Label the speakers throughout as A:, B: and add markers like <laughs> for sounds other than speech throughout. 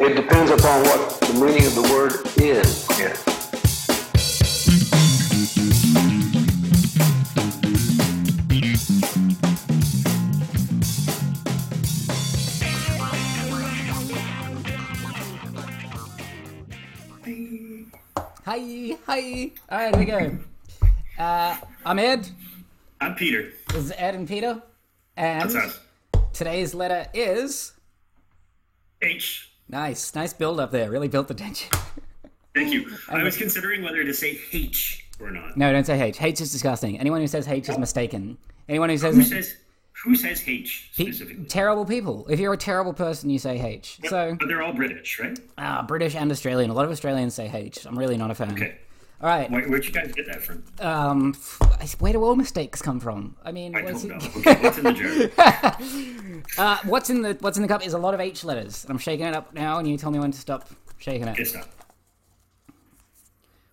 A: It depends upon what the meaning of the word is here.
B: Hi, hi. All right, here we go. Uh, I'm Ed.
C: I'm Peter.
B: This is Ed and Peter. And
C: That's us.
B: today's letter is.
C: H.
B: Nice, nice build up there. Really built the tension.
C: Thank you. I was considering whether to say H or not.
B: No, don't say H. H is disgusting. Anyone who says H is mistaken. Anyone who
C: Oh. Who
B: says
C: says who says H
B: P-
C: specifically?
B: terrible people. If you're a terrible person, you say H. So,
C: But they're all British, right?
B: ah, British and Australian. A lot of Australians say H. I'm really not a fan.
C: Okay.
B: All right.
C: Where, where'd you guys get that from?
B: Um, f- where do all mistakes come from? I mean,
C: I
B: what's-
C: don't know. Okay, what's in the jar?
B: Uh, <laughs> what's in the what's in the cup is a lot of H letters. And I'm shaking it up now, and you tell me when to stop shaking it.
C: It's not.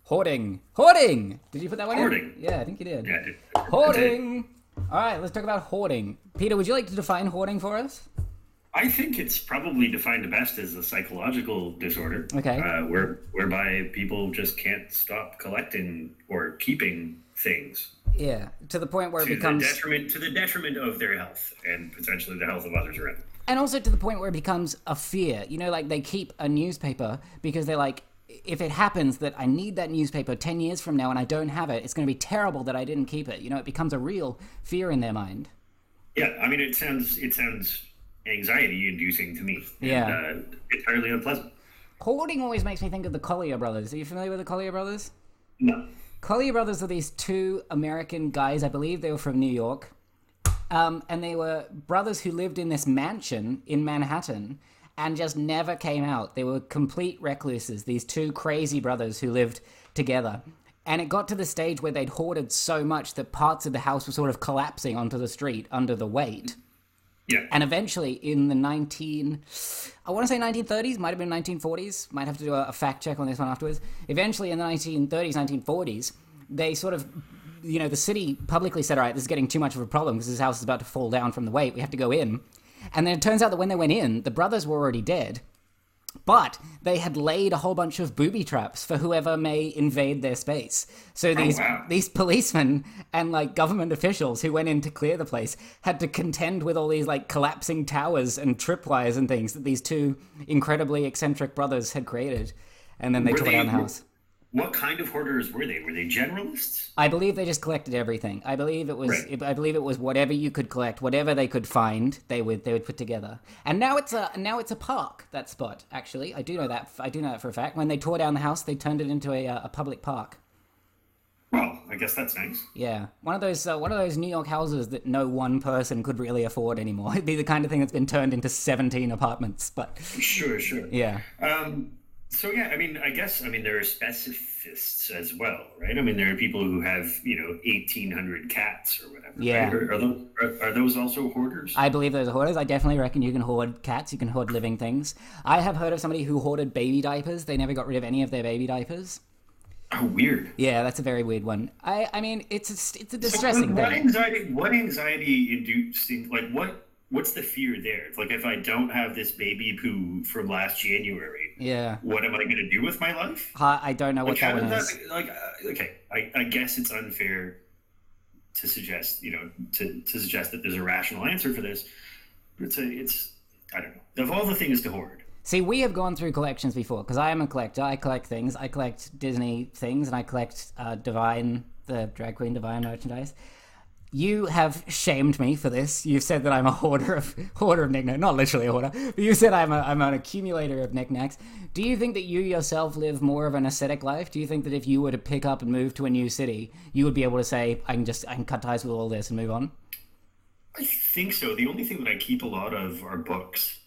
B: Hoarding. Hoarding! Did you put that one
C: Hoarding.
B: in? Yeah, I think you did.
C: Yeah, Uh, dude.
B: Hoarding! All right, let's talk about hoarding. Peter, would you like to define hoarding for us?
C: I think it's probably defined the best as a psychological disorder,
B: Okay.
C: uh, where whereby people just can't stop collecting or keeping things
B: Yeah, to the point where it
C: to the
B: becomes.
C: detriment to the detriment of their health and potentially the health of others around. them.
B: And also to the point where it becomes a fear. You know, like they keep a newspaper because they're like, if it happens that I need that newspaper 10 years from now and I don't have it, it's going to be terrible that I didn't keep it. You know, it becomes a real fear in their mind.
C: Yeah, I mean, it sounds it sounds anxiety-inducing to me. and,
B: Yeah.
C: uh, entirely unpleasant.
B: Hoarding always makes me think of the Collier brothers. Are you familiar with the Collier brothers?
C: No.
B: Collier brothers are these two American guys. I believe they were from New York, um, and they were brothers who lived in this mansion in Manhattan and just never came out. They were complete recluses. These two crazy brothers who lived together, and it got to the stage where they'd hoarded so much that parts of the house were sort of collapsing onto the street under the weight.
C: Yeah.
B: And eventually, in the 19, I want to say 1930s, might have been 1940s, might have to do a, a fact check on this one afterwards. Eventually, in the 1930s, 1940s, they sort of, you know, the city publicly said, all right, this is getting too much of a problem because this house is about to fall down from the weight. We have to go in. And then it turns out that when they went in, the brothers were already dead. But they had laid a whole bunch of booby traps for whoever may invade their space. So these
C: wow.
B: these policemen and like government officials who went in to clear the place had to contend with all these like collapsing towers and tripwires and things that these two incredibly eccentric brothers had created. And then they
C: Were
B: tore
C: they-
B: down the house.
C: What kind of hoarders were they? Were they generalists?
B: I believe they just collected everything. I believe it was.
C: Right.
B: I believe it was whatever you could collect, whatever they could find. They would. They would put together. And now it's a. Now it's a park. That spot. Actually, I do know that. I do know that for a fact. When they tore down the house, they turned it into a, uh, a public park.
C: Well, I guess that's nice.
B: Yeah, one of those. Uh, one of those New York houses that no one person could really afford anymore. <laughs> It'd be the kind of thing that's been turned into seventeen apartments. But
C: Sure, sure.
B: yeah,
C: Um, so yeah, I mean, I guess I mean there are specifists as well, right? I mean, there are people who have you know eighteen hundred cats or whatever.
B: Yeah.
C: right? Are, are those are, are those also hoarders?
B: I believe those are hoarders. I definitely reckon you can hoard cats. You can hoard living things. I have heard of somebody who hoarded baby diapers. They never got rid of any of their baby diapers.
C: How weird.
B: Yeah, that's a very weird one. I I mean, it's a, st- it's a distressing
C: What
B: thing.
C: anxiety? What anxiety inducing? Like what? What's the fear there? It's like if I don't have this baby poo from last January,
B: Yeah,
C: what am I going to do with my life?
B: Ha- I don't know what
C: Like,
B: that
C: how
B: one
C: does
B: is.
C: that, be- like uh, okay, I, I guess it's unfair to suggest you know to, to suggest that there's a rational answer for this. But it's a, it's I don't know. Of all the things to hoard,
B: See, we have gone through collections before because I am a collector. I collect things. I collect Disney things, and I collect uh, Divine, the drag queen Divine merchandise. You have shamed me for this. You've said that I'm a hoarder of hoarder of knickknacks. Not literally a hoarder, but you said I'm a, I'm an accumulator of knickknacks. Do you think that you yourself live more of an ascetic life? Do you think that if you were to pick up and move to a new city, you would be able to say, "I can just I can cut ties with all this and move on"?
C: I think so. The only thing that I keep a lot of are books.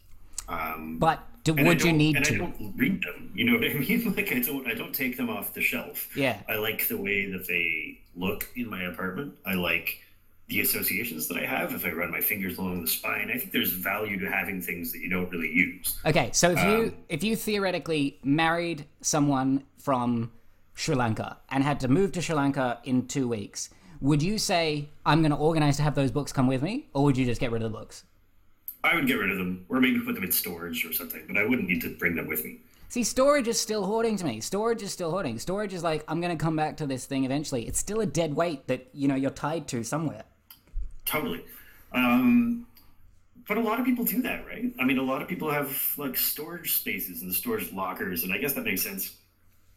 C: Um,
B: But do,
C: And I
B: would you
C: don't-
B: need
C: and I
B: to?
C: don't read them. <laughs> You know what I mean? Like I don't. I don't take them off the shelf.
B: Yeah.
C: I like the way that they look in my apartment. I like the associations that I have. If I run my fingers along the spine, I think there's value to having things that you don't really use.
B: Okay, so if you
C: Um,
B: if you theoretically married someone from Sri Lanka and had to move to Sri Lanka in two weeks, would you say I'm going to organize to have those books come with me, or would you just get rid of the books?
C: I would get rid of them, or maybe put them in storage or something. But I wouldn't need to bring them with me.
B: See, storage is still hoarding to me. Storage is still hoarding. Storage is like, I'm going to come back to this thing eventually. It's still a dead weight that, you know, you're tied to somewhere.
C: Totally. Um, but a lot of people do that, right? I mean, a lot of people have like storage spaces and storage lockers, and I guess that makes sense.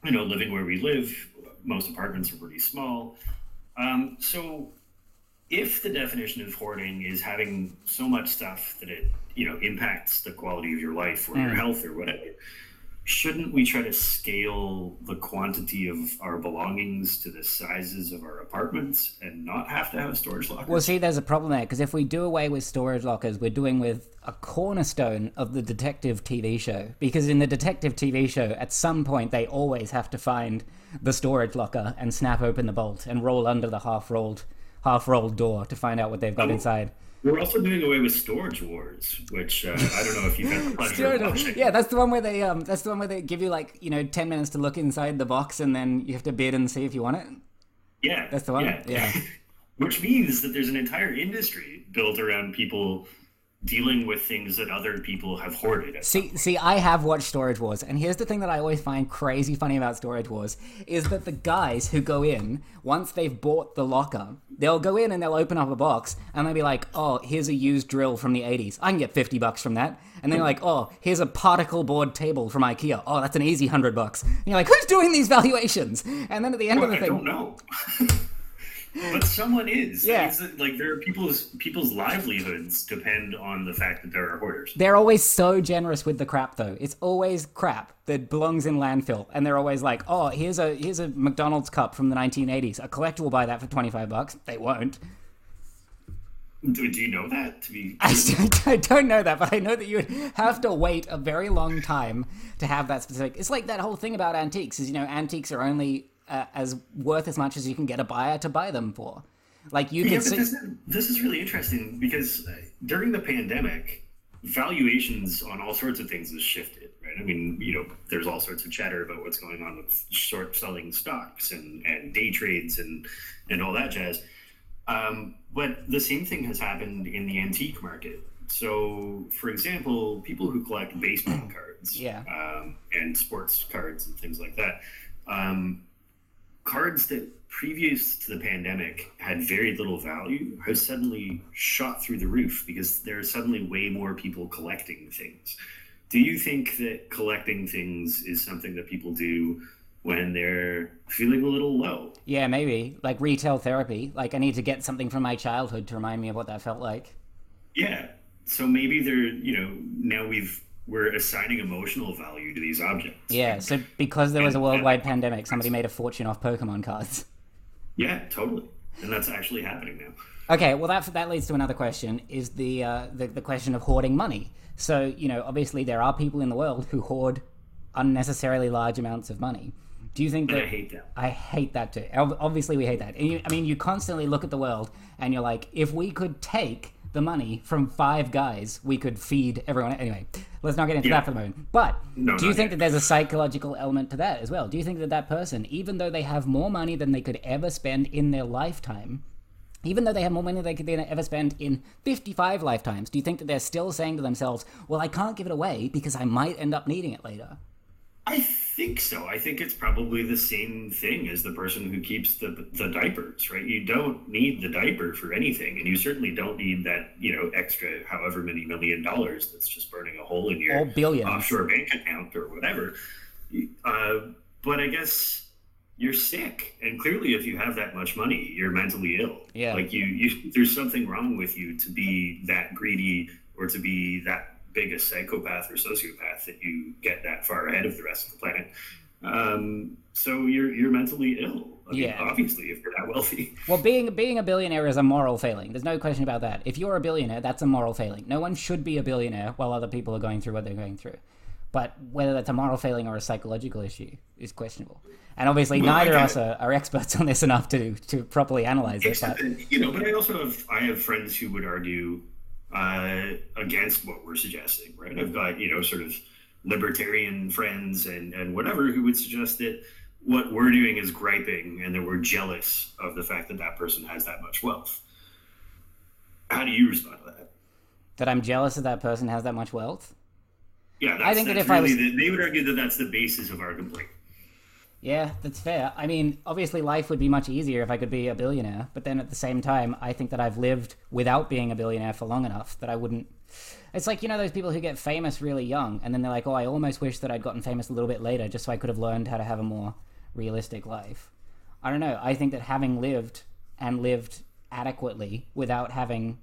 C: You know, living where we live, most apartments are pretty small. Um, so, if the definition of hoarding is having so much stuff that it, you know, impacts the quality of your life or your health or whatever, shouldn't we try to scale the quantity of our belongings to the sizes of our apartments and not have to have storage lockers?
B: Well, see, there's a problem there because if we do away with storage lockers, we're doing with a cornerstone of the detective TV show. Because in the detective TV show, at some point, they always have to find the storage locker and snap open the bolt and roll under the half-rolled, half-rolled door to find out what they've got inside.
C: We're also doing away with storage wars, which uh, I don't know if you've
B: <laughs>
C: had the pleasure of watching.
B: Yeah, that's the one where they um, that's the one where they give you like you know ten minutes to look inside the box and then you have to bid and see if you want it.
C: yeah,
B: That's the one. yeah.
C: <laughs> Which means that there's an entire industry built around people dealing with things that other people have hoarded.
B: See, see, I have watched Storage Wars, and here's the thing that I always find crazy funny about Storage Wars is that the guys who go in once they've bought the locker, they'll go in and they'll open up a box and they'll be like, "Oh, here's a used drill from the '80s. I can get 50 bucks from that." And then you're like, "Oh, here's a particle board table from IKEA. Oh, that's an easy hundred bucks." And you're like, "Who's doing these valuations?" And then at the end of the
C: I don't
B: thing,
C: know. <laughs> but someone is. That
B: Yeah.
C: means that, like there are people's people's livelihoods depend on the fact that there are hoarders.
B: they're always so generous with the crap though. It's always crap that belongs in landfill, and they're always like, "Oh, here's a here's a McDonald's cup from the 1980s. A collector will buy that for 25 bucks." They won't. <laughs>
C: Do, do you know that to be
B: I, s- I don't know that, but I know that you would have to wait a very long time to have that specific. It's like that whole thing about antiques is you know antiques are only uh, as worth as much as you can get a buyer to buy them for. Like you
C: Yeah,
B: could
C: but
B: see.
C: this, this is really interesting because uh, during the pandemic, valuations on all sorts of things has shifted, right? I mean, you know, there's all sorts of chatter about what's going on with short selling stocks and, and day trades and, and all that jazz. Um, but the same thing has happened in the antique market. So, for example, people who collect baseball cards
B: Yeah.
C: um, and sports cards and things like that, um, cards that previous to the pandemic had very little value have suddenly shot through the roof because there are suddenly way more people collecting things. Do you think that collecting things is something that people do when they're feeling a little low?
B: Yeah, maybe like retail therapy. Like I need to get something from my childhood to remind me of what that felt like.
C: Yeah. So maybe they're, you know, now we've we're assigning emotional value to these objects.
B: Yeah. So because there was a worldwide pandemic, somebody made a fortune off Pokemon cards. <laughs>
C: Yeah, totally. And that's actually happening now.
B: Okay, well that that leads to another question: is the, uh, the the question of hoarding money? So you know, obviously there are people in the world who hoard unnecessarily large amounts of money. Do you think
C: And I
B: that?
C: hate that.
B: I hate that too. Ob- Obviously, we hate that. And you, I mean, you constantly look at the world and you're like, if we could take the money from five guys, we could feed everyone. Anyway, let's not get into
C: Yeah.
B: that for the moment. But
C: No,
B: do you
C: not
B: think
C: yet.
B: that there's a psychological element to that as well? Do you think that that person, even though they have more money than they could ever spend in their lifetime, even though they have more money than they could than ever spend in 55 lifetimes, do you think that they're still saying to themselves, well, I can't give it away because I might end up needing it later?
C: I think so. I think it's probably the same thing as the person who keeps the the diapers, right? You don't need the diaper for anything, and you certainly don't need that, you know, extra however many million dollars that's just burning a hole in your
B: Or billions.
C: offshore bank account or whatever. Uh, but I guess you're sick, and clearly, if you have that much money, you're mentally ill.
B: Yeah.
C: like you, you <laughs> there's something wrong with you to be that greedy or to be that big a psychopath or sociopath that you get that far ahead of the rest of the planet. Um, so you're you're mentally ill. I mean,
B: Yeah.
C: obviously, if you're that wealthy. <laughs>
B: Well, being being a billionaire is a moral failing. There's no question about that. If you're a billionaire, that's a moral failing. No one should be a billionaire while other people are going through what they're going through. But whether that's a moral failing or a psychological issue is questionable. And obviously,
C: Well, I
B: neither of
C: get
B: us
C: it.
B: are, are experts <laughs> on this enough to to properly analyze it. But
C: Except that, you know, but I also have I have friends who would argue uh, against what we're suggesting, right? I've got you know sort of libertarian friends and and whatever who would suggest that what we're doing is griping and that we're jealous of the fact that that person has that much wealth. How do you respond to that?
B: that I'm jealous that that person has that much wealth.
C: Yeah, that's, I think that's that if really I was, the, they would argue that that's the basis of our complaint.
B: Yeah, that's fair. I mean, obviously, life would be much easier if I could be a billionaire. But then at the same time, I think that I've lived without being a billionaire for long enough that I wouldn't. It's like, you know, those people who get famous really young and then they're like, oh, I almost wish that I'd gotten famous a little bit later just so I could have learned how to have a more realistic life. I don't know. I think that having lived and lived adequately without having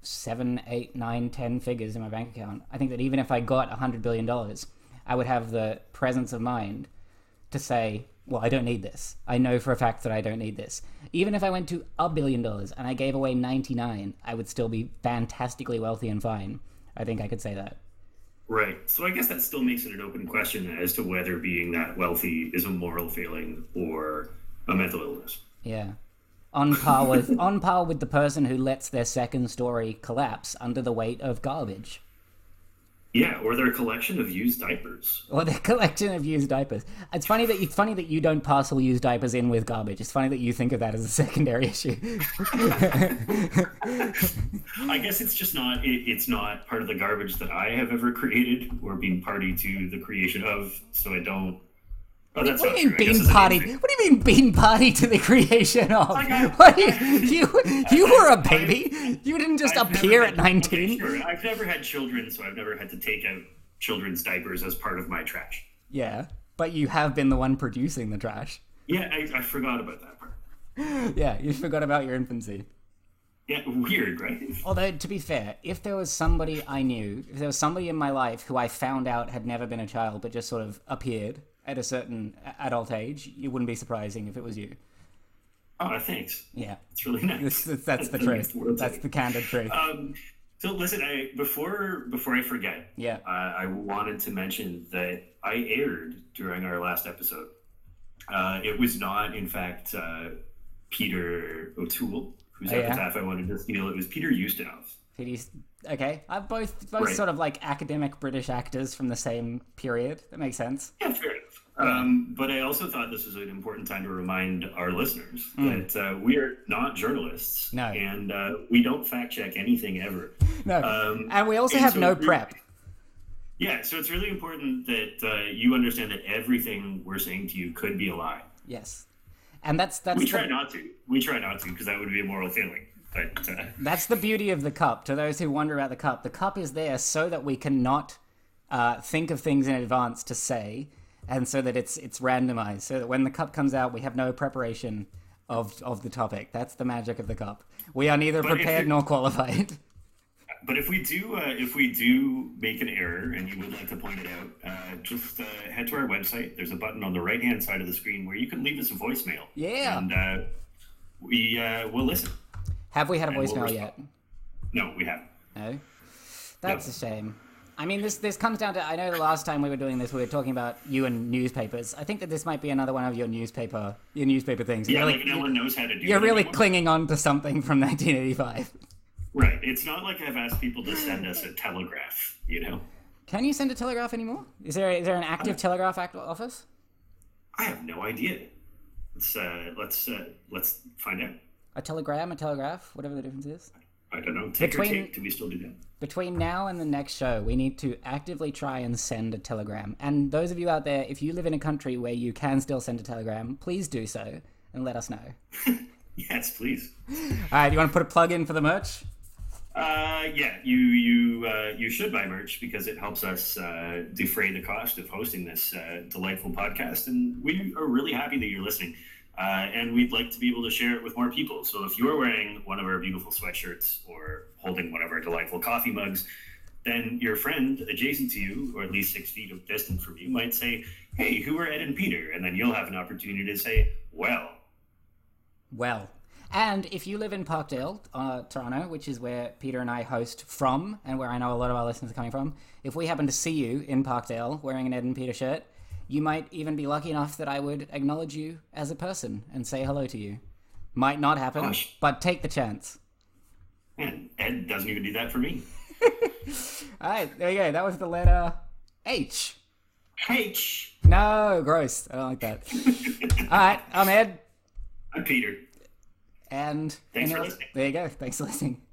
B: seven, eight, nine, ten figures in my bank account, I think that even if I got a $100 billion, I would have the presence of mind to say, well, I don't need this. I know for a fact that I don't need this. Even if I went to a billion dollars and I gave away 99, I would still be fantastically wealthy and fine. I think I could say that.
C: Right. So I guess that still makes it an open question as to whether being that wealthy is a moral failing or a mental illness.
B: Yeah. On par with on par with the person who lets their second story collapse under the weight of garbage.
C: Yeah, or their collection of used diapers.
B: Or their <laughs> collection of used diapers. It's funny that you, it's funny that you don't parcel used diapers in with garbage. It's funny that you think of that as a secondary <laughs> issue.
C: I guess it's just not it, it's not part of the garbage that I have ever created or been party to the creation of. So I don't.
B: Oh, what do you mean being party? What do you mean being party to the creation of? Like I, <laughs> what you, you, you I, were a baby. I, you didn't just I've appear at nineteen.
C: Sure. I've never had children, so I've never had to take out children's diapers as part of my trash.
B: Yeah, but you have been the one producing the trash.
C: Yeah, I, forgot about that part.
B: yeah, you forgot about your infancy.
C: Yeah, weird, right?
B: Although to be fair, if there was somebody I knew, if there was somebody in my life who I found out had never been a child but just sort of appeared at a certain adult age, it wouldn't be surprising if it was you.
C: Oh, thanks.
B: Yeah,
C: it's really nice.
B: That's, that's, that's the, the truth. That's thing. the candid truth.
C: Um, so listen, I before before I forget,
B: yeah,
C: uh, I wanted to mention that I aired during our last episode. Uh, it was not, in fact, uh, Peter O'Toole whose oh, epitaph yeah? I wanted to steal. It was Peter Ustinov.
B: Peter, okay, i both both right. sort of like academic British actors from the same period. That makes sense.
C: Yeah, fair enough. Um, but I also thought this was an important time to remind our listeners mm. that uh, we are not journalists.
B: No.
C: And uh, we don't fact check anything ever.
B: No. Um, and we also have so no prep.
C: Yeah, so it's really important that uh, you understand that everything we're saying to you could be a lie.
B: Yes. And that's that's
C: we
B: the,
C: try not to. We try not to because that would be a moral failing. But uh...
B: that's the beauty of the cup. To those who wonder about the cup, the cup is there so that we cannot uh, think of things in advance to say, and so that it's it's randomized. So that when the cup comes out, we have no preparation of of the topic. That's the magic of the cup. We are neither but prepared nor qualified. <laughs>
C: But if we do, uh, if we do make an error, and you would like to point it out, uh, just uh, head to our website. There's a button on the right hand side of the screen where you can leave us a voicemail.
B: Yeah,
C: and uh, we uh, will listen.
B: Have we had a voicemail we'll yet?
C: No, we haven't.
B: No, that's no. a shame. I mean, this this comes down to. I know the last time we were doing this, we were talking about you and newspapers. I think that this might be another one of your newspaper your newspaper things.
C: Yeah, really, like no one knows how to do.
B: You're really anymore. clinging on to something from <laughs> 1985.
C: Right. It's not like I've asked people to send us a telegraph, you know?
B: Can you send a telegraph anymore? Is there is there an active uh, telegraph act office?
C: I have no idea. Let's uh, let's uh, let's find out.
B: A telegram, a telegraph, whatever the difference is.
C: I don't know. Tick between, or tick, do we still do that?
B: Between now and the next show, we need to actively try and send a telegram. And those of you out there, if you live in a country where you can still send a telegram, please do so and let us know.
C: yes, please.
B: All right, you want to put a plug in for the merch?
C: Uh, yeah, you you uh, you should buy merch because it helps us uh, defray the cost of hosting this uh, delightful podcast, and we are really happy that you're listening. Uh, and we'd like to be able to share it with more people. So if you're wearing one of our beautiful sweatshirts or holding one of our delightful coffee mugs, then your friend adjacent to you, or at least six feet distant from you, might say, "Hey, who are Ed and Peter?" And then you'll have an opportunity to say, "Well."
B: Well. And if you live in Parkdale, uh, Toronto, which is where Peter and I host from, and where I know a lot of our listeners are coming from, if we happen to see you in Parkdale wearing an Ed and Peter shirt, you might even be lucky enough that I would acknowledge you as a person and say hello to you. Might not happen, Gosh. but take the chance.
C: Man, Ed doesn't even do that for me.
B: All right, there you go. That was the letter H.
C: H.
B: No, gross. I don't like that.
C: <laughs>
B: All right, I'm Ed.
C: I'm Peter.
B: And
C: thanks for listening.
B: There you go. Thanks for listening.